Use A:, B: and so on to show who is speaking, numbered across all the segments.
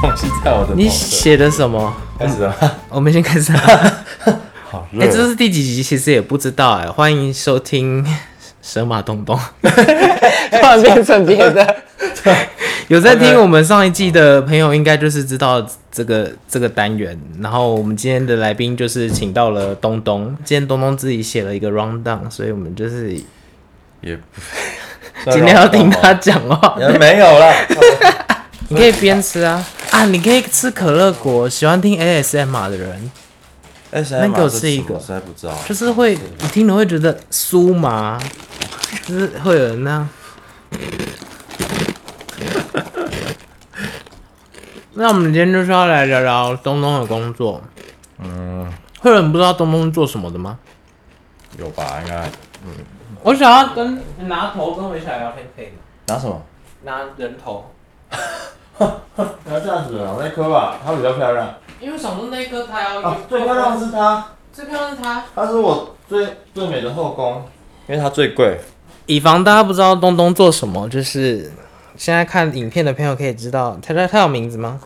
A: 东西在我的
B: 你
A: 头上
B: 写的什么？
A: 开始了吗，
B: 哦我们先开始啊。
A: 好
B: 哎、
A: 热哦
B: 这是第几集？其实也不知道哎、欢迎 收听神马东东。
C: 突然变成别的，
B: 有在听我们上一季的朋友，应该就是知道这个这个单元。然后我们今天的来宾就是请到了东东，今天东东自己写了一个 round down，所以我们就是
A: 也不。
B: 今天要听他讲话。
A: 也没有了，
B: 你可以边吃啊啊，你可以吃可乐果。喜欢听 ASMR 的人，
A: 那
B: 给我吃一个
A: 实在不知道。
B: 就是会你听了会觉得酥麻，就是会有人那 样。那我们今天就是要来聊聊东东的工作。嗯，会有人不知道东东是做什么的吗？
A: 有吧？应该
B: 我想要跟拿头跟我一起来聊天，可以吗？
A: 拿什么？
B: 拿人头，
A: 拿这样子的那颗吧，它比较漂亮。
B: 因为想说那一颗他要
A: 啊，最漂亮的是它，
B: 最漂亮是他。
A: 它是我最最美的后宫，因为它最贵。
B: 以防大家不知道东东做什么，就是现在看影片的朋友可以知道，他他他有名字吗？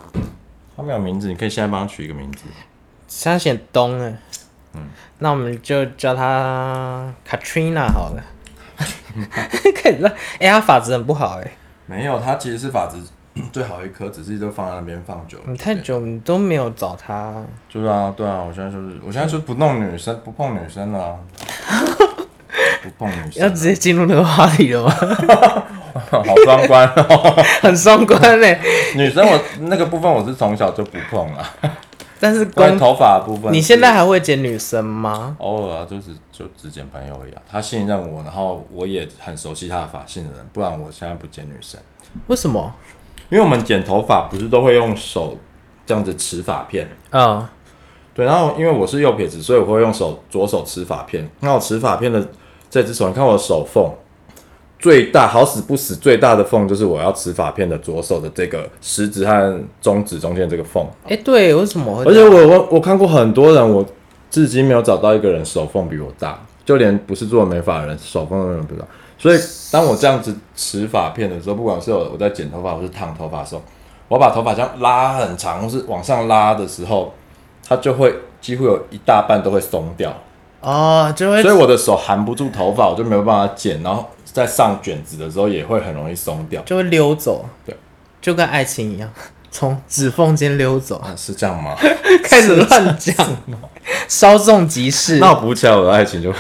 A: 它没有名字，你可以现在帮它取一个名字。
B: 他写东哎，
A: 嗯
B: 那我们就叫他 Katrina 好了。
A: 嗯
B: 可以了，哎、他发质很不好哎、
A: 没有，它其实是法子 最好一颗，只是都放在那边放久了。
B: 你太久你都没有找他，
A: 就是啊，对啊，我现在就是，我现在就是不弄女生，不碰女生 了啊，不碰女生
B: 要
A: 了，
B: 直接进入那个话题了吗？
A: 好双关哦。
B: 很双关哎、
A: 女生我那个部分我是从小就不碰了，
B: 但是
A: 关于
B: 公，
A: 头发的部分是，
B: 你现在还会剪女生吗？
A: 偶尔啊，就是就只剪朋友而已啊。他信任我，然后我也很熟悉他的发性的人，不然我现在不剪女生，
B: 为什么？
A: 因为我们剪头发不是都会用手这样子持发片，哦
B: 嗯，
A: 对，然后因为我是右撇子，所以我会用手左手持发片。那我持发片的这只手，你看我的手缝最大，好死不死最大的缝就是我要持发片的左手的这个食指和中指中间这个缝。
B: 哎、对，为什么会这
A: 而
B: 样？
A: 且我我我看过很多人，我至今没有找到一个人手缝比我大，就连不是做美发的人手缝都没有比我大。所以当我这样子持发片的时候，不管是我我在剪头发或是烫头发的时候，我把头发这样拉很长，或是往上拉的时候，它就会几乎有一大半都会松掉，
B: 哦，就会
A: 所以我的手含不住头发，我就没有办法剪，然后在上卷子的时候也会很容易松掉。
B: 就会溜走，
A: 对，
B: 就跟爱情一样，从指缝间溜 走，
A: 啊，是这样吗？
B: 开始 乱讲， 稍纵即逝，
A: 那我补起来，我的爱情就会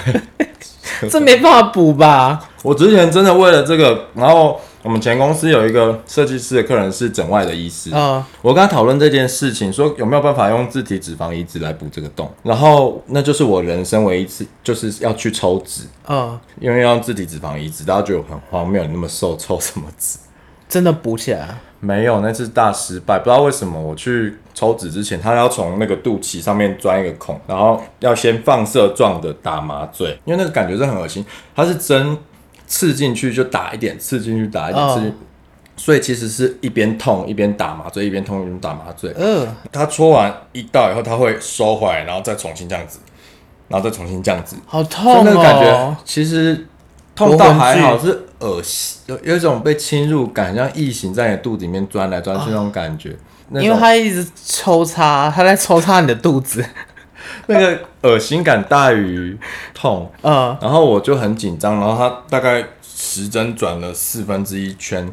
B: 这没办法补吧？
A: 我之前真的为了这个，然后我们前公司有一个设计师的客人是整外的医师，
B: 嗯，
A: 我跟他讨论这件事情，说有没有办法用自体脂肪移植来补这个洞，然后那就是我人生唯一一次就是要去抽脂，
B: 嗯，
A: 因为要用自体脂肪移植，大家觉得我很荒谬，你那么瘦抽什么脂？
B: 真的补起来，
A: 没有，那次大失败，不知道为什么我去抽脂之前，他要从那个肚脐上面钻一个孔，然后要先放射状的打麻醉，因为那个感觉是很恶心，它是针刺进去就打一点，刺进去打一点，
B: 哦
A: 刺进去，所以其实是一边痛一边打麻醉，一边痛一边打麻醉。
B: 呃，
A: 他戳完一道以后，他会收回来，然后再重新这样子，然后再重新这样子，
B: 好
A: 所以
B: 痛
A: 那个感觉
B: 哦，
A: 其实痛到还好，是恶心，有有一种被侵入感，像异形在你的肚子里面钻来钻去那种感觉。那种
B: 啊因为他一直抽插，他在抽插你的肚子，
A: 那个恶心感大于痛，
B: 嗯，
A: 然后我就很紧张，然后他大概十针转了四分之一圈，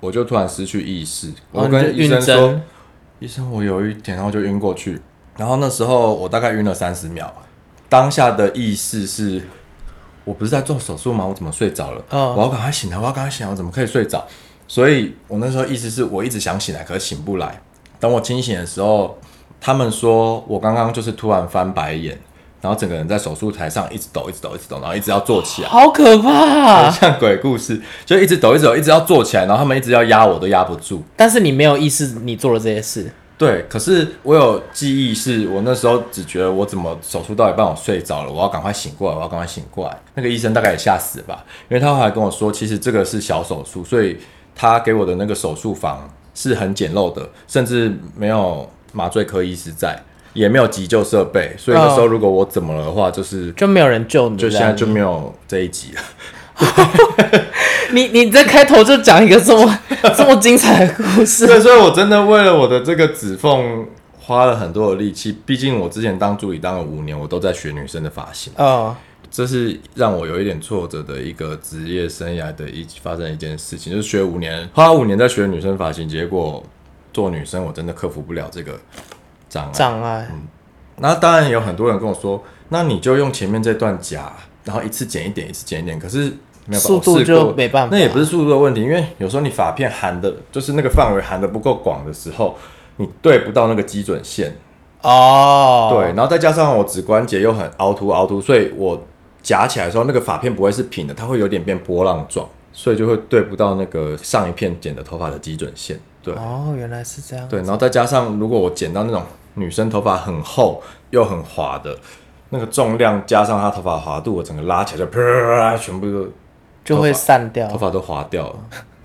A: 我就突然失去意识。我跟医
B: 哦晕
A: 生说
B: 针，：“
A: 医生，我有一点，然后就晕过去。”然后那时候我大概晕了三十秒，当下的意识是。我不是在做手术吗？我怎么睡着了？
B: 嗯
A: 我要赶快醒来！我要赶快醒来！我怎么可以睡着？所以我那时候意思是我一直想醒来，可是醒不来。等我清醒的时候，他们说我刚刚就是突然翻白眼，然后整个人在手术台上一直抖，一直抖，一直抖，然后一直要坐起来，
B: 好可怕，
A: 像鬼故事，就一直抖，一直抖，一直要坐起来，然后他们一直要压我，都压不住。
B: 但是你没有意识你做了这些事，
A: 对，可是我有记忆是，我那时候只觉得我怎么手术到一半我睡着了，我要赶快醒过来，我要赶快醒过来。那个医生大概也吓死了吧，因为他后来跟我说，其实这个是小手术，所以他给我的那个手术房是很简陋的，甚至没有麻醉科医师在，也没有急救设备，所以那时候如果我怎么了的话，就是
B: 就没有人救你，
A: 就现在就
B: 这样
A: 没有这一集了。
B: 你你在开头就讲一个这么 这么精彩的故事，
A: 对，所以我真的为了我的这个指缝花了很多的力气。毕竟我之前当助理当了五年，我都在学女生的发型，
B: 哦，
A: 这是让我有一点挫折的一个职业生涯的一发生一件事情，就是学五年，花了五年在学女生发型，结果做女生我真的克服不了这个障碍。
B: 障碍，
A: 嗯那当然有很多人跟我说，那你就用前面这段夹，然后一次剪一点，一次剪一点。可是没有办法
B: 速度
A: 我试
B: 就
A: 过
B: 没办法
A: 那也不是速度的问题，因为有时候你发片含的，就是那个范围含的不够广的时候，你对不到那个基准线。
B: 哦，
A: 对，，然后再加上我指关节又很凹凸凹凸，所以我夹起来的时候，那个发片不会是平的，它会有点变波浪状，所以就会对不到那个上一片剪的头发的基准线。对，
B: 哦，原来是这样，
A: 对，然后再加上如果我剪到那种女生头发很厚又很滑的，那个重量加上她头发滑度，我整个拉起来就啪，全部都
B: 就会散掉
A: 头。发都滑掉了，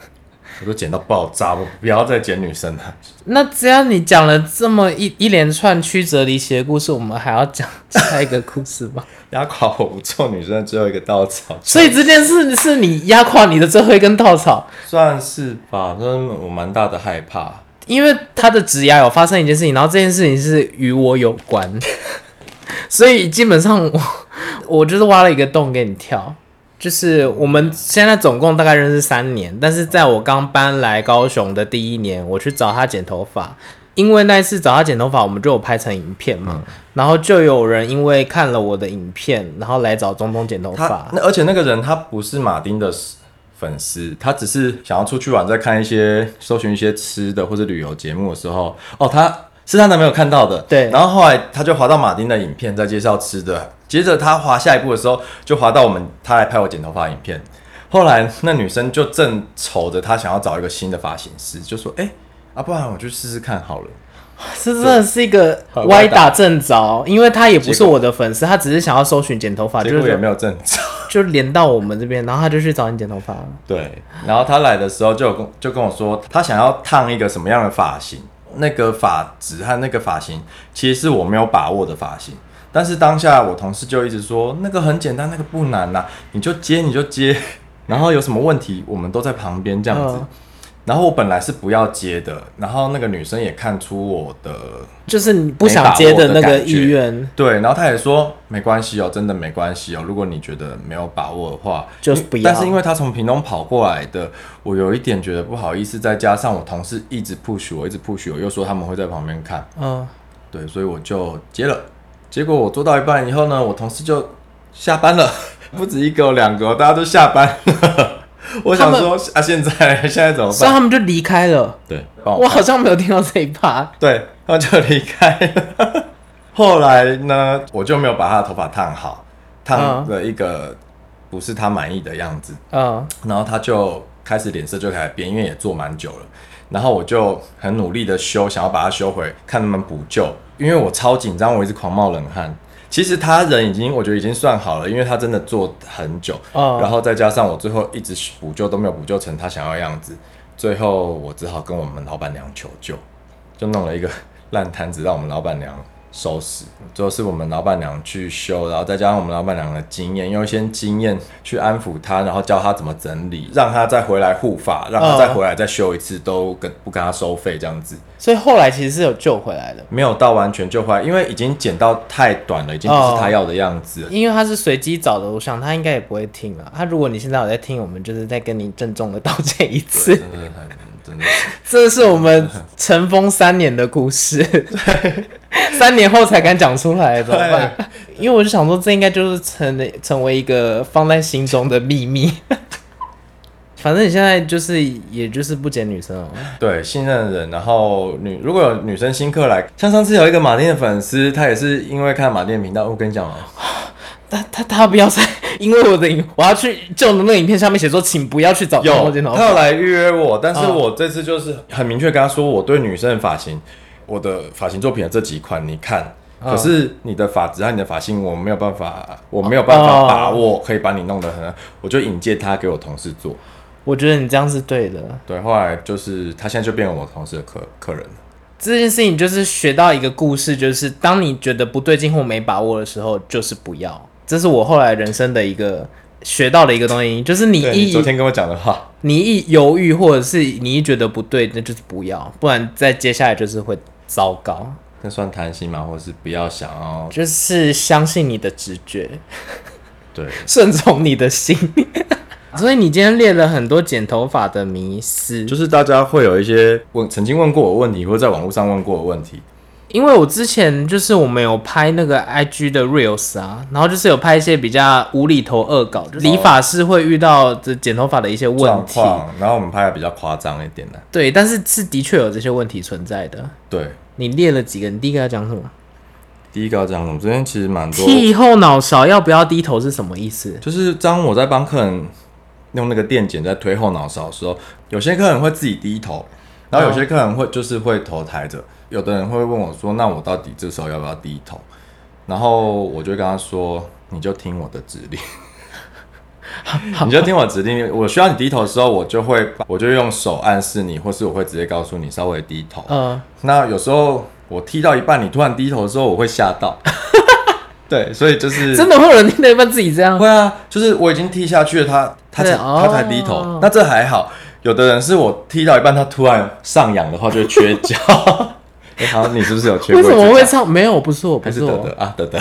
A: 我都剪到爆炸，我不要再剪女生了。
B: 那只要你讲了这么一一连串曲折离奇的故事，我们还要讲下一个故事吗？
A: 压垮我不做女生的最后一个稻草，
B: 所以这件事是你压垮你的最后一根稻草，
A: 算是吧，真的我蛮大的害怕。
B: 因为他的职涯有发生一件事情，然后这件事情是与我有关， 所以基本上我我就是挖了一个洞给你跳。就是我们现在总共大概认识三年，但是在我刚搬来高雄的第一年，我去找他剪头发，因为那一次找他剪头发，我们就有拍成影片嘛，然后就有人因为看了我的影片，然后来找中东剪头
A: 他
B: 发。
A: 那而且那个人他不是马丁的粉丝，他只是想要出去玩，在看一些搜寻一些吃的或者旅游节目的时候，哦，他是她男朋友看到的，
B: 对
A: 然后后来他就滑到马丁的影片，在介绍吃的，接着他滑下一步的时候，就滑到我们他来拍我剪头发的影片。后来那女生就正瞅着他想要找一个新的发型师，就说：“哎、啊，不然我去试试看好了。
B: 这真的是一个
A: 好
B: 歪
A: 歪打
B: 打正着，因为他也不是
A: 结果
B: 我的粉丝，他只是想要搜寻剪头发，”就
A: 结果也
B: 是
A: 没有正着。
B: 就连到我们这边，然后他就去找你剪头发了。
A: 对，然后他来的时候就有跟就跟我说，他想要烫一个什么样的发型，那个发质和那个发型其实是我没有把握的发型。但是当下我同事就一直说那个很简单，那个不难呐、你就接你就接， 然后有什么问题我们都在旁边这样子。
B: 嗯
A: 然后我本来是不要接的，然后那个女生也看出我的
B: 就是你不想接的那个
A: 没把
B: 意
A: 握的
B: 愿
A: 感觉，对，然后她也说没关系哦，真的没关系哦。如果你觉得没有把握的话，
B: 就是不要
A: 但是因为她从屏东跑过来的，我有一点觉得不好意思，再加上我同事一直 push 我，一直 push 我，又说他们会在旁边看，
B: 嗯，
A: 对，所以我就接了。结果我做到一半以后呢，我同事就下班了， 不止一个哦两个哦，大家都下班了。 我想
B: 他们
A: 说啊，现在现在怎么
B: 所以
A: 办？
B: 他们就离开了。
A: 对，帮我
B: 我好像没有听到这一趴，
A: 对，他就离开了。后来呢，我就没有把他的头发烫好，烫了一个不是他满意的样子，
B: 嗯，
A: 然后他就开始脸色就开始变，因为也做蛮久了。然后我就很努力的修，想要把它修回，看能不能补救。因为我超紧张，我一直狂冒冷汗。其实他人已经，我觉得已经算好了，因为他真的做很久，
B: 哦
A: 然后再加上我最后一直补救都没有补救成他想要的样子，最后我只好跟我们老板娘求救，就弄了一个 烂摊子让我们老板娘收拾。最后是我们老板娘去修，然后再加上我们老板娘的经验，用一些经验去安抚她，然后教她怎么整理，让她再回来护发，让她再回来再修一次，都跟不跟她收费这样子。
B: 所以后来其实是有救回来的，
A: 没有到完全就坏，因为已经剪到太短了，已经不是他要的样子了。
B: 因为他是随机找的，我想他应该也不会听啊。他如果你现在有在听，我们就是再跟你郑重的道歉一次。
A: 真的很真的，
B: 这是我们尘封三年的故事，三年后才敢讲出来，怎么办？因为我就想说，这应该就是成成为一个放在心中的秘密。 反正你现在就是，也就是不捡女生哦。
A: 对信任的人，然后女如果有女生新客来，像上次有一个马丁的粉丝，他也是因为看马丁的频道，我跟你讲哦，
B: 他他他不要再因为我的影，我要去旧的那个影片下面写说，请不要去找
A: 有
B: 中间头
A: 他有来预约我，但是
B: 哦
A: 我这次就是很明确跟他说，我对女生的发型，我的发型作品的这几款，你看。
B: 哦
A: 可是你的发质和你的发型，我没有办法，我没有办
B: 啊
A: 法把握，可以把你弄得很，我就引荐他给我同事做。
B: 我觉得你这样是对的。
A: 对，后来就是他现在就变成我同事的客客人了。
B: 这件事情就是学到一个故事，就是当你觉得不对劲或没把握的时候，就是不要。这是我后来人生的一个学到了一个东西，就是你
A: 对
B: 一
A: 你昨天跟我讲的话，
B: 你一犹豫，或者是你一觉得不对，那就是不要，不然再接下来就是会糟糕。
A: 那算贪心吗？或者是不要想哦要
B: 就是相信你的直觉，
A: 对
B: 顺从你的心。 所以你今天列了很多剪头发的迷思，
A: 就是是大家会有一些问曾经问过我问题，或者在网络上问过我问题，
B: 因为我之前就是我们有拍那个 IG 的 reels 啊，然后就是有拍一些比较无厘头恶搞，就是理发师会遇到这剪头发的一些问
A: 哦状
B: 题，
A: 况，然后我们拍的比较夸张一点的，
B: 对，但是是的确有这些问题存在的。
A: 对。
B: 你列了几个？你第一个要讲什么？
A: 第一个要讲什么？昨天其实蛮多，
B: 剃后脑勺要不要低头是什么 意思？
A: 就是当我在帮客人用那个电剪在推后脑勺的时候，有些客人会自己低头，然后有些客人会就是会头抬着，有的人会问我说：“那我到底这时候要不要低头？”然后我就跟他说：“你就听我的指令。” 你就听我指令，我需要你低头的时候，我就会把我就用手暗示你，或是我会直接告诉你稍微低头。
B: 呃，
A: 那有时候我踢到一半，你突然低头的时候，我会吓 到。对，所以就是
B: 真的会有人听到一半自己这样？
A: 会啊，就是我已经踢下去了，他他才、
B: 对哦
A: 他才低头，那这还好。有的人是我踢到一半，他突然上扬的话就会缺 角。哎、好，你是不是有缺
B: 为
A: 过一只脚？
B: 什么会唱？没有，不是我，不
A: 还是
B: 是
A: 德
B: 我
A: 德。啊，德 德，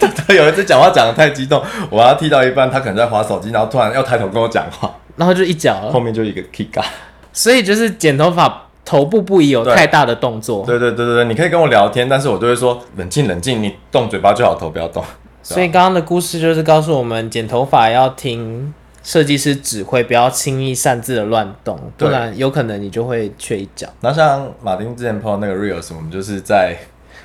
A: 德德有一次讲话讲的太激动，我要踢到一半，他可能在划手机，然后突然要抬头跟我讲话，
B: 然后就一脚
A: 后
B: 了。
A: 面就一个 kick 啊。
B: 所以就是剪头发头部不宜有太大的动作，
A: 对对对对对，你可以跟我聊天，但是我就会说冷静冷静，你动嘴巴就好，头不要动。
B: 所以刚刚的故事就是告诉我们，剪头发要听设计师指挥，不要轻易擅自的乱动，不
A: 对
B: 然有可能你就会缺一脚。
A: 然后像马丁之前碰到那个 reels，我们就是在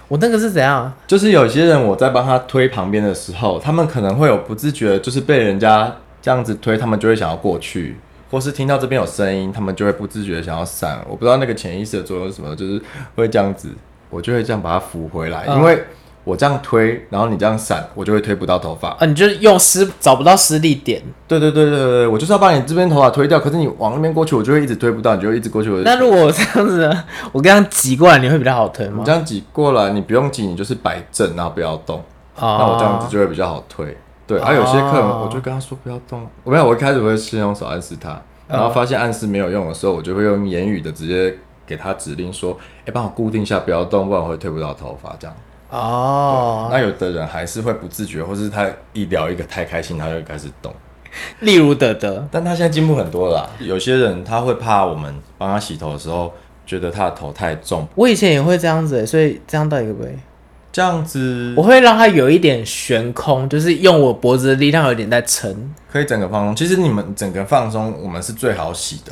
B: 我那个是怎样？
A: 就是有些人我在帮他推旁边的时候，他们可能会有不自觉，就是被人家这样子推，他们就会想要过去，或是听到这边有声音，他们就会不自觉地想要闪。我不知道那个潜意识的作用是什么，就是会这样子，我就会这样把它扶回来，
B: 嗯
A: 因为我这样推，然后你这样闪，我就会推不到头发。
B: 啊，你就是用失找不到失力点。
A: 对对对对对对，我就是要把你这边头发推掉，可是你往那边过去，我就会一直推不到，你就会一直过去。我就
B: 那如果我这样子呢，我刚刚挤过来，你会比较好推吗
A: 你这？样挤过来，你不用挤，你就是摆正，然后不要动。
B: 哦
A: 那我这样子就会比较好推。对，啊而、有些客人，我就跟他说不要动。我没有，我一开始会先用手暗示他，
B: 嗯
A: 然后发现暗示没有用的时候，我就会用言语的直接给他指令说：“哎、帮我固定一下，不要动，不然我会推不到头发。”这样。
B: 哦，
A: 那有的人还是会不自觉，或是他一聊一个太开心，他就开始动。
B: 例如德德，
A: 但他现在进步很多了啦。有些人他会怕我们帮他洗头的时候，觉得他的头太重，
B: 我以前也会这样子欸，所以这样到底可不可以？
A: 这样子
B: 我会让它有一点悬空，就是用我脖子的力量有点在撑。
A: 可以整个放松。其实你们整个放松，我们是最好洗的。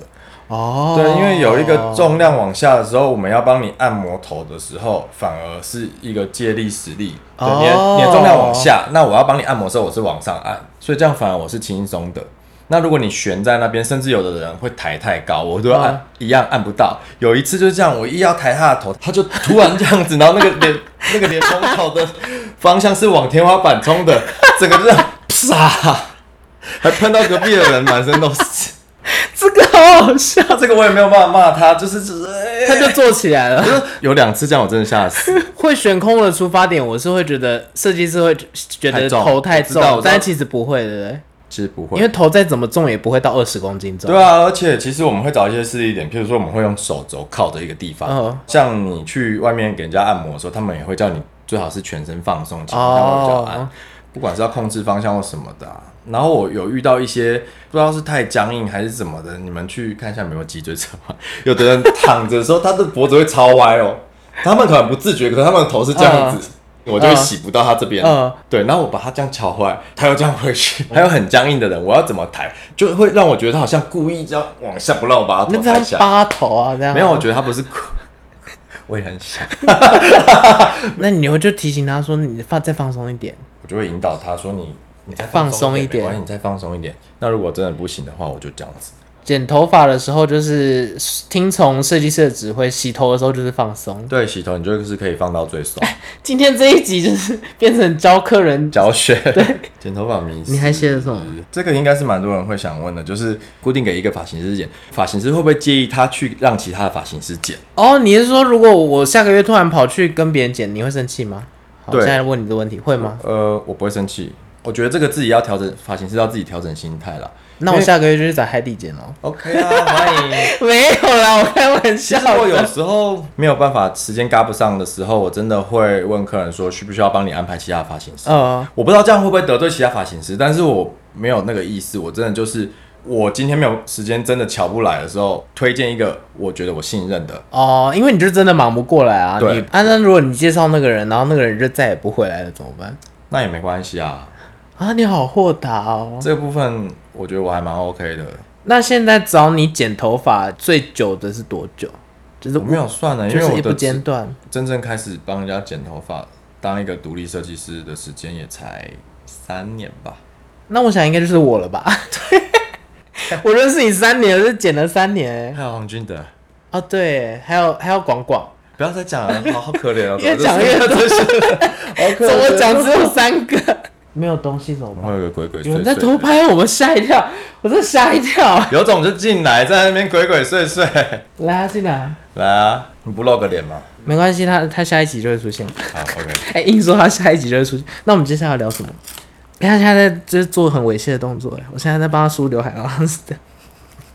B: 哦
A: 对，因为有一个重量往下的时候，我们要帮你按摩头的时候，反而是一个借力使力。对，你的
B: 哦
A: 你的重量往下，那我要帮你按摩的时候，我是往上按，所以这样反而我是轻松的。那如果你悬在那边，甚至有的人会抬太高，我都按、
B: 嗯
A: 一样按不到。有一次就是这样，我一要抬他的头，他就突然这样子，然后那个脸那个脸冲头的方向是往天花板冲的，整个就这样 啪，还喷到隔壁的人满身都是。
B: 这个好好笑，
A: 他 这个我也没有办法骂他，就是哎只是、哎
B: 它就做起来了。
A: 有两次这样，我真的吓死。
B: 会悬空的出发点，我是会觉得设计师会觉得
A: 太重
B: 头太
A: 我知道我
B: 重，
A: 知道
B: 但其实不会的，
A: 其实不
B: 因为，头再怎么重也不会到二十公斤重。
A: 对啊，而且其实我们会找一些势力点，譬如说我们会用手肘靠着一个地方，
B: 嗯
A: 像你去外面给人家按摩的时候，他们也会叫你最好是全身放松，情况下会比较
B: 哦
A: 安。不管是要控制方向或什么的啊、然后我有遇到一些不知道是太僵硬还是怎么的，你们去看一下有没有脊椎侧弯。 有的人躺着的时候，他的脖子会超歪哦，他们可能不自觉，可是他们的头是这样子。我就会洗不到他这边
B: 嗯
A: 对，然后我把他这样敲坏，他又这样回 去，还有很僵硬的人，我要怎么抬，就会让我觉得他好像故意这样往下，不让我把他
B: 那
A: 头
B: 这
A: 抬
B: 样
A: 下来。
B: 扒头啊，这样
A: 没有，我。觉得他不是 故，我也很想，
B: 那你会就提醒他说，你放再放松一点。
A: 我就会引导他说你你再
B: 放松一
A: 一
B: 点
A: 没关系你再放松一点。那如果真的不行的话，我就这样子。
B: 剪头发的时候就是听从设计师的指挥，洗头的时候就是放松。
A: 对，洗头你就是可以放到最松，
B: 今天这一集就是变成教客人
A: 教学对， 剪头发迷思。
B: 你还写了什么？
A: 这个应该是蛮多人会想问的，就是固定给一个发型师剪，发型师会不会介意他去让其他的发型师剪？
B: 哦，你是说如果我下个月突然跑去跟别人剪，你会生气吗？好，
A: 对
B: 现在问你的问题，会吗？
A: 呃，我不会生气，我觉得这个自己要调整发型是要自己调整心态啦。
B: 那我下个月就去找海底剪喽。
A: OK 啊，欢迎。
B: 没有啦，我开玩
A: 其
B: 笑
A: 实我 有时候没有办法，时间赶不上的时候，我真的会问客人说，需不需要帮你安排其他发型师？
B: 呃，
A: 我不知道这样会不会得罪其他发型师，但是我没有那个意思，我真的就是我今天没有时间，真的瞧不来的时候，推荐一个我觉得我信任的。
B: 哦，因为你就真的忙不过来啊。
A: 对
B: 你啊，那如果你介绍那个人，然后那个人就再也不回来了，怎么办？
A: 那也没关系啊，
B: 啊，你好豁达哦。
A: 这个部分我觉得我还蛮 OK 的。
B: 那现在找你剪头发最久的是多久？就是
A: 我没有算啊呢，因
B: 就
A: 为
B: 是
A: 我
B: 一不
A: 的
B: 间断。
A: 真正开始帮人家剪头发，当一个独立设计师的时间也才三年吧。
B: 那我想应该就是我 了吧？我认识你三年，我是剪了三年欸。
A: 还有黄俊德，
B: 哦，对，还有还有广广，，
A: 不要再讲了，好好可怜哦
B: 越讲越多， 怎么讲只有三个？没有东西怎么
A: 我
B: 办？
A: 会有个鬼鬼
B: 有
A: 祟
B: 人在
A: 祟
B: 偷
A: 的。
B: 拍我们，吓一跳，我真的吓一跳。
A: 有种就进来，在那边鬼鬼祟祟。
B: 来啊，进来，
A: 来啊，你不露个脸吗？
B: 没关系，他他下一集就会出现。
A: 好，OK。
B: 哎、硬说他下一集就会出现。那我们接下来要聊什么？哎他现在在就是做很猥亵的动作，哎，我现在在帮他梳刘海，然后是的。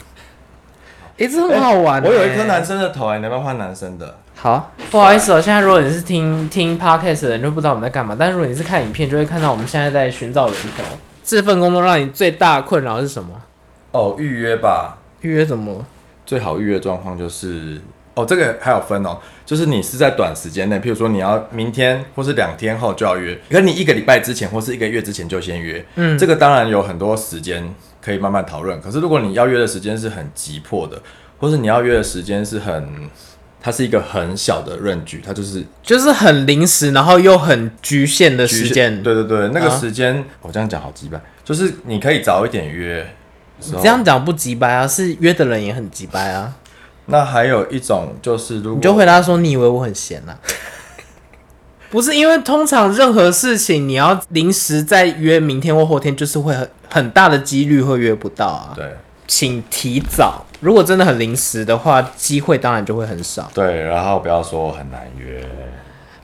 B: 哎、这很好玩、
A: 我有一
B: 哎
A: 颗男生的头，哎，你要不要换男生的？
B: 好，不好意思哦，现在如果你是听听 podcast 的人就不知道我们在干嘛，但是如果你是看影片，就会看到我们现在在寻找人头。这份工作让你最大的困扰是什么？
A: 哦，预约吧。
B: 预约怎么？
A: 最好预约状况就是，哦，这个还有分哦，就是你是在短时间内，譬如说你要明天或是两天后就要约，可是你一个礼拜之前或是一个月之前就先约，嗯，这个当然有很多时间可以慢慢讨论。可是如果你要约的时间是很急迫的，或是你要约的时间是很，它是一个很小的润局，它就是
B: 就是很临时，然后又很局限的
A: 局
B: 时
A: 限
B: 间。
A: 对对对，那个
B: 啊
A: 时间、哦我这样讲好鸡掰，就是你可以早一点约，
B: 你这样讲不急掰啊，是约的人也很急掰啊。
A: 那还有一种就是如果
B: 你就回答说：“你以为我很闲啊呐、 不是因为通常任何事情你要临时再约明天或后天，就是会很很大的几率会约不到啊。
A: 对。
B: 请提早，如果真的很临时的话，机会当然就会很少。
A: 对，然后不要说我很难约，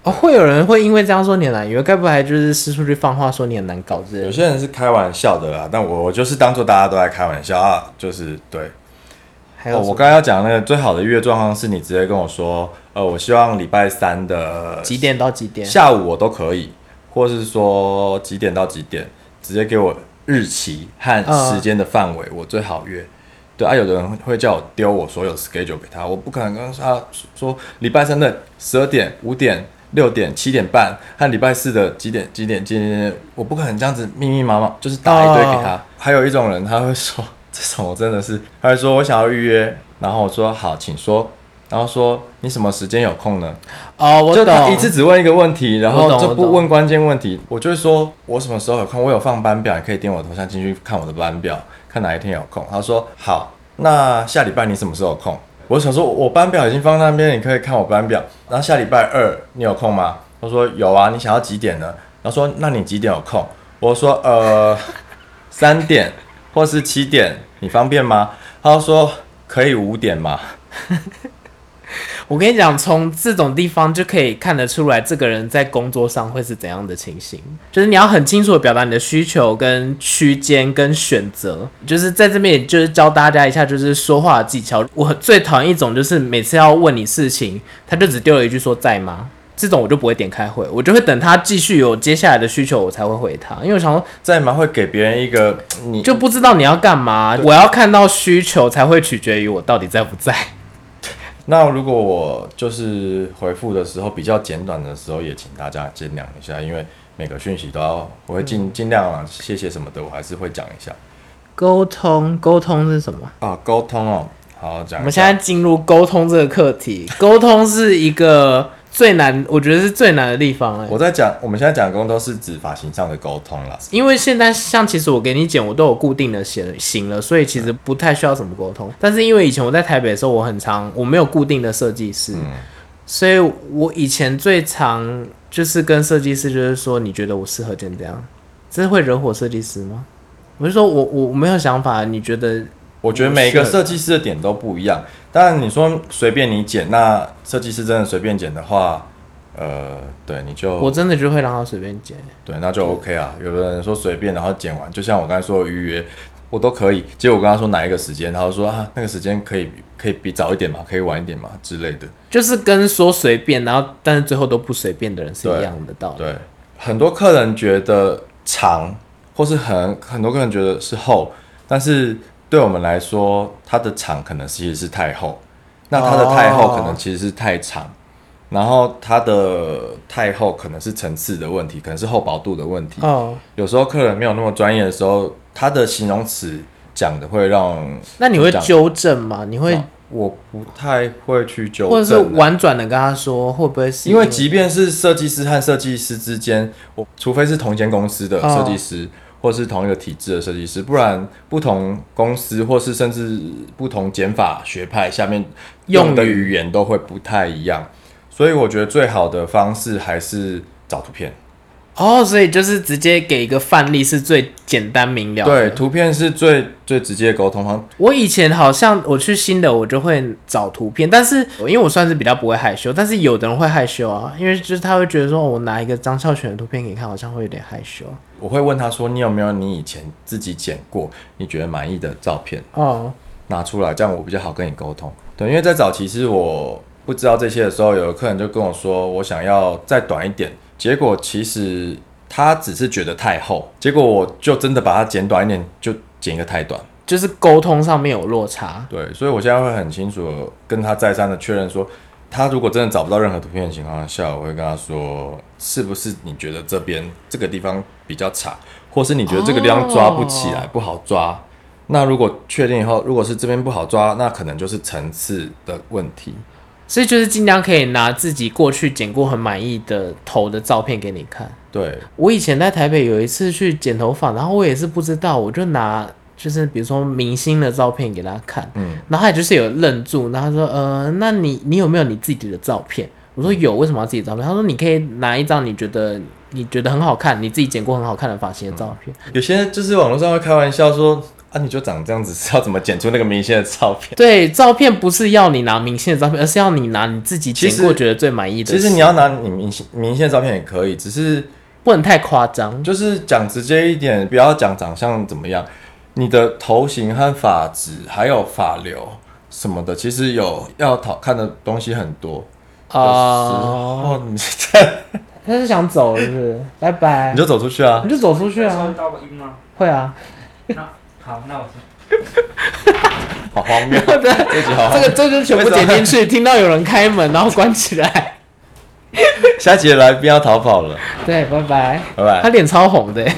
B: 哦，会有人会因为这样说你很难约，该不会还就是四处去放话说你很难搞之类
A: 有
B: 的？
A: 些人是开玩笑的啦，但我我就是当做大家都在开玩笑啊，就是对。
B: 还
A: 哦，
B: 有什
A: 我
B: 么、
A: 刚刚要讲那个最好的约状况是你直接跟我说，呃，我希望礼拜三的
B: 几点到几点？
A: 下午我都可以，或是说几点到几点，直接给我日期和时间的范围，我最好约。对啊，有的人会叫我丢我所有 schedule 给他，我不可能跟他说礼拜三的十二点、五点、六点、七点半和礼拜四的几点、几点、几点，几点我不可能这样子密密麻麻就是打一堆给他。还有一种人他会说， 这种我真的是，他会说我想要预约，然后我说好，请说，然后说你什么时间有空呢？
B: 哦，
A: 就
B: 我
A: 他
B: 懂，
A: 一次只问一个问题，然
B: 我
A: 后
B: 懂
A: 就
B: 我
A: 不
B: 懂
A: 问关键问题。我就会说，我什么时候有空？我有放班表，你可以点我头像进去看我的班表，看哪一天有空。他说好，那下礼拜你什么时候有空？我想说，我班表已经放那边，你可以看我班表。然后下礼拜二你有空吗？他说有啊，你想要几点呢？然后说那你几点有空？我说呃三点或是七点，你方便吗？他说可以五点吗？
B: 我跟你讲，从这种地方就可以看得出来，这个人在工作上会是怎样的情形。就是你要很清楚的表达你的需求、跟区间、跟选择。就是在这边，也就是教大家一下，就是说话的技巧。我最讨厌一种，就是每次要问你事情，他就只丢了一句说在吗？这种我就不会点开会，我就会等他继续有接下来的需求，我才会回他。因为我想说，
A: 在吗？会给别人一个嗯你
B: 就不知道你要干嘛，我要看到需求才会取决于我到底在不在。
A: 那如果我就是回复的时候比较简短的时候，也请大家见谅一下，因为每个讯息都要，我会
B: 嗯
A: 尽尽量啊，谢谢什么的，我还是会讲一下
B: 沟通，沟通是什么？
A: 啊，沟通哦，好讲一下。
B: 我们现在进入沟通这个课题，沟通是一个最难，我觉得是最难的地方哎、
A: 我在讲，我们现在讲的沟通是指发型上的沟通啦。
B: 因为现在像其实我给你剪，我都有固定的型型了，所以其实不太需要什么沟通。但是因为以前我在台北的时候，我很常我没有固定的设计师，所以我以前最常就是跟设计师就是说，你觉得我适合剪这样，这会惹火设计师吗？我就说我我我没有想法，你觉得
A: 我觉得每一个设计师的点都不一样，但你说随便你剪，那设计师真的随便剪的话，呃，对，你就
B: 我真的就会让他随便剪。
A: 对，那就 OK 啊。有的人说随便，然后剪完，就像我刚才说的预约，我都可以。结果我跟他说哪一个时间，他就说啊，那个时间可以可以比早一点嘛，可以晚一点嘛之类的。
B: 就是跟说随便，然后但是最后都不随便的人是
A: 对
B: 一样的道理。
A: 对，很多客人觉得长，或是很很多客人觉得是厚，但是对我们来说，它的长可能其实是太厚，那它的太厚可能其实是太长，然后它的太厚可能是层次的问题，可能是厚薄度的问题。
B: 哦，
A: 有时候客人没有那么专业的时候，他的形容词讲的会让
B: 那你会
A: 讲
B: 纠正吗？你会，
A: 我不太会去纠正，啊
B: 或者是婉转的跟他说，会不会是
A: 因为即便是设计师和设计师之间，我除非是同一间公司的
B: 哦
A: 设计师，或是同一个体制的设计师，不然不同公司或是甚至不同减法学派下面用的
B: 用
A: 语言都会不太一样，所以我觉得最好的方式还是找图片。
B: 哦，所以就是直接给一个范例是最简单明了的。
A: 对，图片是最最直接的沟通方。
B: 我以前好像我去新的，我就会找图片，但是因为我算是比较不会害羞，但是有的人会害羞啊，因为就是他会觉得说，哦我拿一个张孝全的图片给你看，好像会有点害羞。
A: 我会问他说：“你有没有你以前自己剪过你觉得满意的照片？”
B: 哦，
A: 拿出来，这样我比较好跟你沟通。对，因为在早期其实我不知道这些的时候，有的客人就跟我说，我想要再短一点，结果其实他只是觉得太厚，结果我就真的把它剪短一点，就剪一个太短。
B: 就是沟通上面有落差。
A: 对，所以我现在会很清楚地跟他再三的确认说，他如果真的找不到任何图片的情况下，我会跟他说，是不是你觉得这边这个地方比较差，或是你觉得这个地方抓不起来，不好抓？那如果确定以后，如果是这边不好抓，那可能就是层次的问题。
B: 所以就是尽量可以拿自己过去剪过很满意的头的照片给你看。
A: 对，
B: 我以前在台北有一次去剪头发，然后我也是不知道，我就拿就是比如说明星的照片给他看，
A: 嗯，
B: 然后他也就是有愣住，然后他说：“呃，那你你有没有你自己的照片？”我说：“有，为什么要自己的照片？”他说：“你可以拿一张你觉得你觉得很好看，你自己剪过很好看的发型的照片。
A: 有些就是网络上会开玩笑说，啊，你就长这样子，是要怎么剪出那个明星的照片？
B: 对，照片不是要你拿明星的照片，而是要你拿你自己剪
A: 其实
B: 过觉得最满意的。
A: 其实你要拿你明星明星的照片也可以，只是
B: 不能太夸张。
A: 就是讲直接一点，不要讲长相怎么样，你的头型和发质，还有发流什么的，其实有要讨看的东西很多。
B: 啊哦、
A: 哦，你这
B: 他是想走是不 是？拜拜，
A: 你就走出去啊
B: 你！就走出去
D: 稍微
B: 啊，
D: 倒个音吗？
B: 会啊。
D: 那好，那我先。
A: 好荒谬，
B: 对，
A: 这集 好荒
B: 这
A: 谬
B: 个这就全部剪进去，听到有人开门然后关起来。
A: 下集的来宾要逃跑了，
B: 对，拜拜。
A: 拜
B: 他
A: 拜。
B: 脸超红的欸。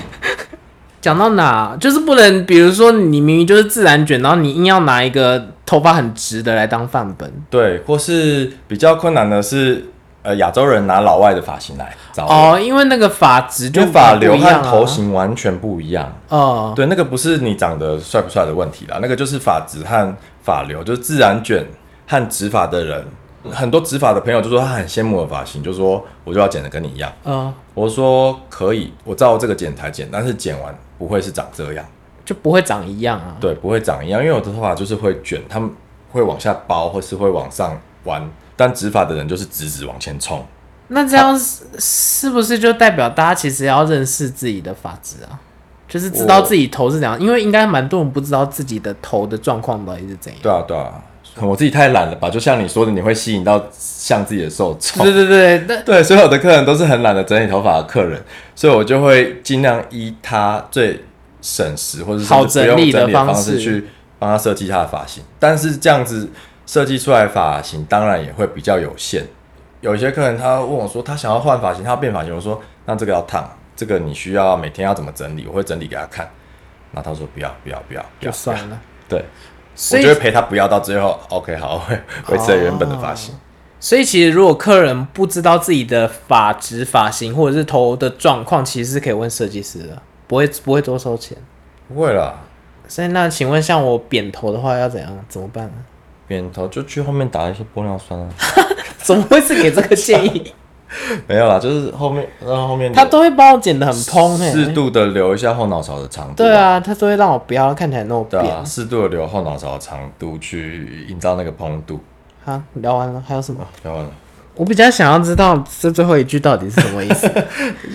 B: 讲到哪，就是不能，比如说你明明就是自然卷，然后你硬要拿一个头发很直的来当范本。
A: 对，或是比较困难的是，呃，亚洲人拿老外的发型来找我，
B: 哦，因为那个发质就
A: 就发流
B: 不一样
A: 和
B: 啊
A: 头。型完全不一样。
B: 哦，
A: 对，那个不是你长得帅不帅的问题啦，那个就是发质和发流，就是自然卷和直发的人，很多直发的朋友就说他很羡慕我的发型，就说我就要剪得跟你一样。
B: 嗯，
A: 我说可以，我照这个剪裁剪，但是剪完不会是长这样，
B: 就不会长一样啊。
A: 对，不会长一样，因为我的头发就是会卷，他们会往下包或是会往上弯，但直发的人就是直直往前冲。
B: 那这样是是不是就代表大家其实要认识自己的发质啊？就是知道
A: 我
B: 自己头是怎样，因为应该蛮多人不知道自己的头的状况到底是怎样。
A: 对啊，对啊，我自己太懒了吧？就像你说的，你会吸引到像自己的 受众。
B: 对对对，那
A: 对，所有的客人都是很懒得整理头发的客人，所以我就会尽量依他最省时或者是
B: 好
A: 甚至不
B: 整理
A: 用
B: 的
A: 整理的
B: 方式
A: 式去帮他设计他的发型。但是这样子设计出来的发型当然也会比较有限。有一些客人他问我说他想要换发型，他要变发型，我说那这个要烫，啊这个你需要每天要怎么整理，我会整理给他看。那他说不要不要不要，不
B: 就
A: 要
B: 算了。
A: 对，我
B: 所
A: 就
B: 以哦
A: 会陪他不要到最后 OK 好，我会维持了原本的发型。
B: 所以其实如果客人不知道自己的发质、发型或者是头的状况，其实是可以问设计师的，不会不会多收钱。
A: 不会啦，
B: 所以那请问，像我扁头的话要怎样怎么办呢、
A: 扁头就去后面打一些玻尿酸啊。
B: 怎么会是给这个建 议？
A: 没有啦，就是后面，然后后面
B: 他都会帮我剪得很蓬诶、
A: 适度的留一下后脑勺的长度、
B: 对，啊，他都会让我不要看起来那么
A: 对
B: 扁。
A: 啊，适度的留后脑勺的长度去营造那个蓬度。
B: 好，聊完了，还有什么？
A: 聊完了，
B: 啊我比较想要知道这最后一句到底是什么意 思，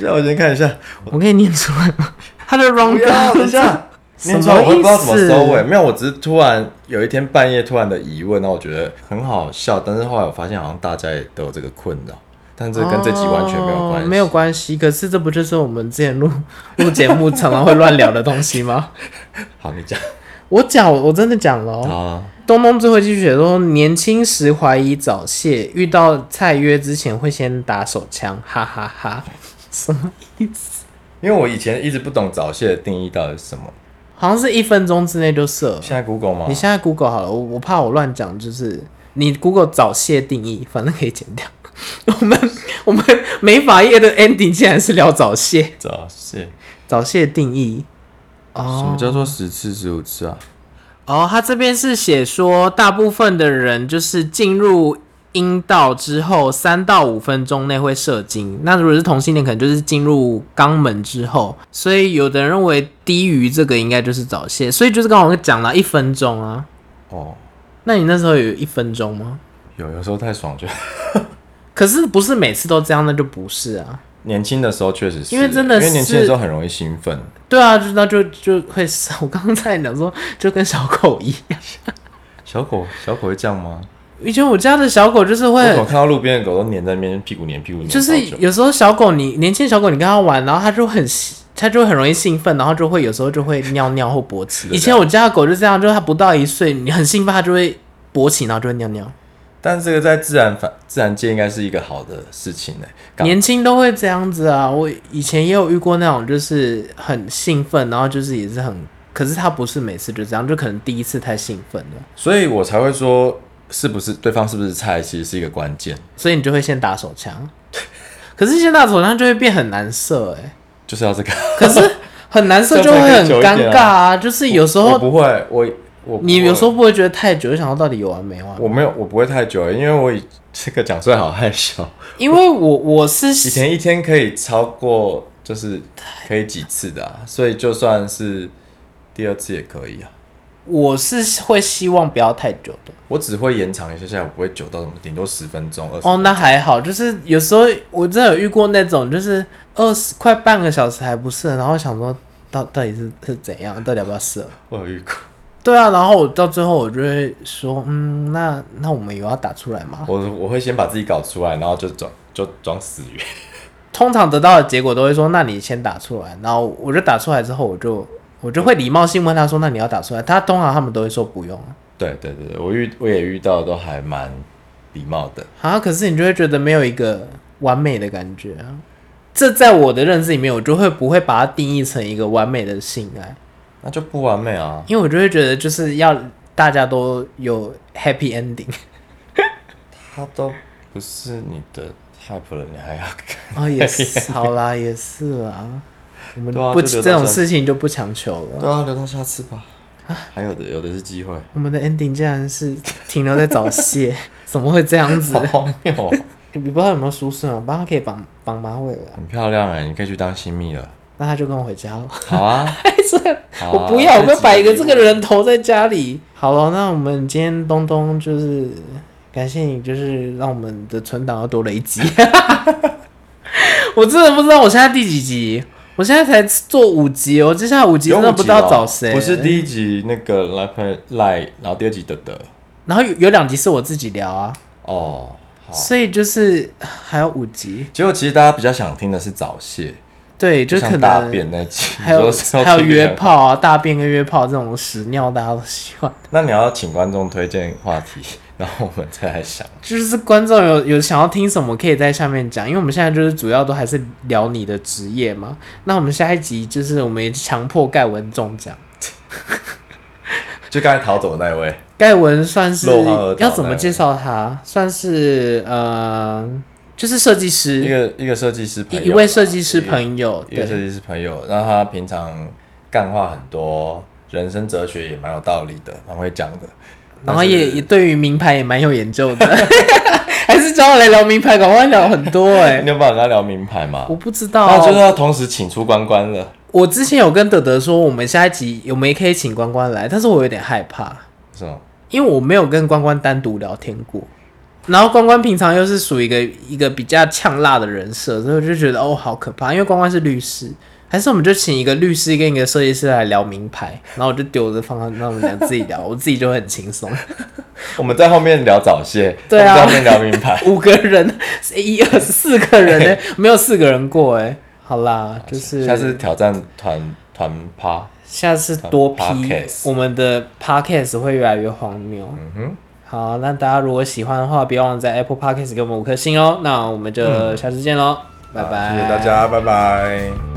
A: 让我先看一下，
B: 我可以念出来 吗？他的哦 round
A: 不
B: down，
A: 要，等一下，
B: 什
A: 念出来我会不知道怎么
B: 么意思
A: 收尾。没有，我只是突然有一天半夜突然的疑问，那我觉得很好笑，但是后来我发现好像大家也都有这个困扰，但这跟这集完全没有关系、
B: 哦没有关系。可是这不就是我们之前录录节目常常会乱聊的东西 吗？
A: 好，你讲
B: 我讲，我真的讲了、哦。
A: 啊，
B: 东东最后一句写说，年轻时怀疑早泄，遇到菜约之前会先打手枪，哈哈哈 什么意思？
A: 因为我以前一直不懂早泄的定义到底是什么，
B: 好像是一分钟之内就射了。
A: 现在 Google 吗？
B: 你现在 Google 好了，我我怕我乱讲，就是你 Google 早泄定义，反正可以剪掉。 我们我们美发业的 ending 竟然是聊早泄，
A: 早泄，
B: 早泄定义。
A: 什么
B: 哦
A: 叫做十次十五次啊？
B: 哦，他这边是写说，大部分的人就是进入阴道之后三到五分钟内会射精，那如果是同性恋，可能就是进入肛门之后，所以有的人认为低于这个应该就是早泄，所以就是刚我讲了一分钟啊。
A: 哦，
B: 那你那时候有一分钟吗？
A: 有有时候太爽就。
B: 可是不是每次都这样，那就不是啊。
A: 年轻的时候确实是，
B: 因为真的
A: 因为年轻的
B: 是
A: 时候很容易兴奋，
B: 对啊，就那就就会死。我刚刚在讲说，就跟小狗一样。
A: 小狗小狗会这样吗？
B: 以前我家的小狗就是
A: 我
B: 会
A: 怎么，看到路边的狗都黏在那边，屁股黏屁股黏好久，
B: 就是有时候小狗你年轻小狗你跟它玩，然后它就很它就会很容易兴奋，然后就会有时候就会尿尿或勃起。
A: 的
B: 以前我家的狗就这样，就是它不到一岁，你很兴奋它就会勃起，然后就会尿尿。
A: 但这个在自然反自然界应该是一个好的事情呢、搞
B: 年轻都会这样子啊！我以前也有遇过那种，就是很兴奋，然后就是也是很，可是它不是每次就这样，就可能第一次太兴奋了。
A: 所以我才会说是不是对方是不是菜，其实是一个关键，
B: 所以你就会先打手枪。可是先打手枪就会变很难射哎、
A: 就是要这个。
B: 可是很难射就会很尴尬啊，就是有 时
A: 我
B: 候
A: 不会，我我不
B: 你
A: 会
B: 有时候不会觉得太久，就想到到底有完没完。
A: 我没有，我不会太久，因为我以这个讲出来好害羞。
B: 因为我我是
A: 以前一天可以超过就是可以几次的、啊，所以就算是第二次也可以啊。
B: 我是会希望不要太久的
A: 我只会延长一下下，我不会久到什么，顶多十分钟、二十。
B: 哦，那还好，就是有时候我真的有遇过那种就是二十快半个小时还不射，然后想说到到底是是怎样，到底要不要射？
A: 我有遇过，
B: 对啊，然后我到最后我就会说，嗯，那那我们有要打出来吗？
A: 我我会先把自己搞出来，然后就装就装死鱼。
B: 通常得到的结果都会说，那你先打出来，然后我就打出来之后，我就我就会礼貌性问他说，那你要打出来？他通常他们都会说不用
A: 对对对，对我遇我也遇到都还蛮礼貌的。
B: 啊，可是你就会觉得没有一个完美的感觉啊。这在我的认知里面，我就会不会把它定义成一个完美的性爱，
A: 那就不完美啊，
B: 因为我就会觉得就是要大家都有 happy ending
A: 他都不是你的 type 了，你还要看？
B: 啊、也是，好啦，也是啊，我们
A: 对啊
B: 不、
A: 就留到
B: 这种
A: 这
B: 事情就不强求了。
A: 对啊，留到下次吧。 还有的，有的是机会。
B: 我们的 ending 竟然是停留在早泄， 怎么会这样子
A: 好？荒谬哦、
B: 你不知道有没有舒适啊？帮他可以绑绑马尾了，
A: 很漂亮哎、你可以去当新蜜了。
B: 那他就跟我回家了。
A: 好 啊，
B: 这个
A: 好啊
B: 我不要，我
A: 这
B: 会
A: 集
B: 摆一个这个人头在家里。好了，那我们今天东东就是感谢你，就是让我们的存档又多了一集。 我真的不知道我现在第几集，我现在才做五集哦，接下来五集
A: 有
B: 真的
A: 五
B: 不知
A: 集
B: 道
A: 了
B: 找谁。
A: 不是第一集那个来朋来，然后第二集的的
B: 然后有有两集是我自己聊啊，
A: 哦。好，
B: 所以就是还有五集，
A: 结果其实大家比较想听的是早泄，
B: 对，就
A: 就
B: 可
A: 像
B: 能
A: 大便那集，
B: 还有
A: 你说
B: 还有约。炮啊，大便跟约炮这种屎尿大家都喜欢，
A: 那你要请观众推荐话题， 然后我们再来想。
B: 就是观众有有想要听什么，可以在下面讲，因为我们现在就是主要都还是聊你的职业嘛。那我们下一集就是我们也强迫盖文中奖，
A: 就刚才逃走的那一位，
B: 盖文算是
A: 落荒而逃
B: 要怎么介绍他？算是呃，就是设计
A: 一
B: 师，
A: 个一个设计师朋友，
B: 一一位设计师
A: 友，
B: 朋友，
A: 一个设
B: 对，
A: 计师朋友，然后他平常干话很多，人生哲学也蛮有道理的，蛮会讲的。
B: 然后
A: 但是
B: 也也对于名牌也蛮有研究的， 还是找我来聊名牌，搞不好聊很多哎、
A: 你有办法跟他聊名牌吗
B: 我？不哦知道、
A: 那就是要同时请出关关了。
B: 我之前有跟德德说，我们下一集我们也可以请关关来，但是我有点害怕，
A: 是吗？
B: 因为我没有跟关关单独聊天过。然后关关平常又是属于一个一个比较呛辣的人设，所以我就觉得哦，好可怕。因为关关是律师，还是我们就请一个律师跟一个设计师来聊名牌，然后我就丢着放他让他们俩自己聊，我自己就会很 轻松。
A: 我们在后面聊早泄，
B: 对啊。
A: 他们在后面聊名牌
B: 五个人，一二四个 人呢、没有四个人过哎、好啦， 就是
A: 下次挑战团团趴，
B: 下次多批
A: Podcast
B: 我们的 podcast 会越来越荒谬。嗯
A: 哼，
B: 好，那大家如果喜欢的话，别忘了在 Apple
A: 嗯
B: Podcast 给我们五颗星哦。那我们就下次见喽，拜拜，
A: 谢谢大。家，拜拜。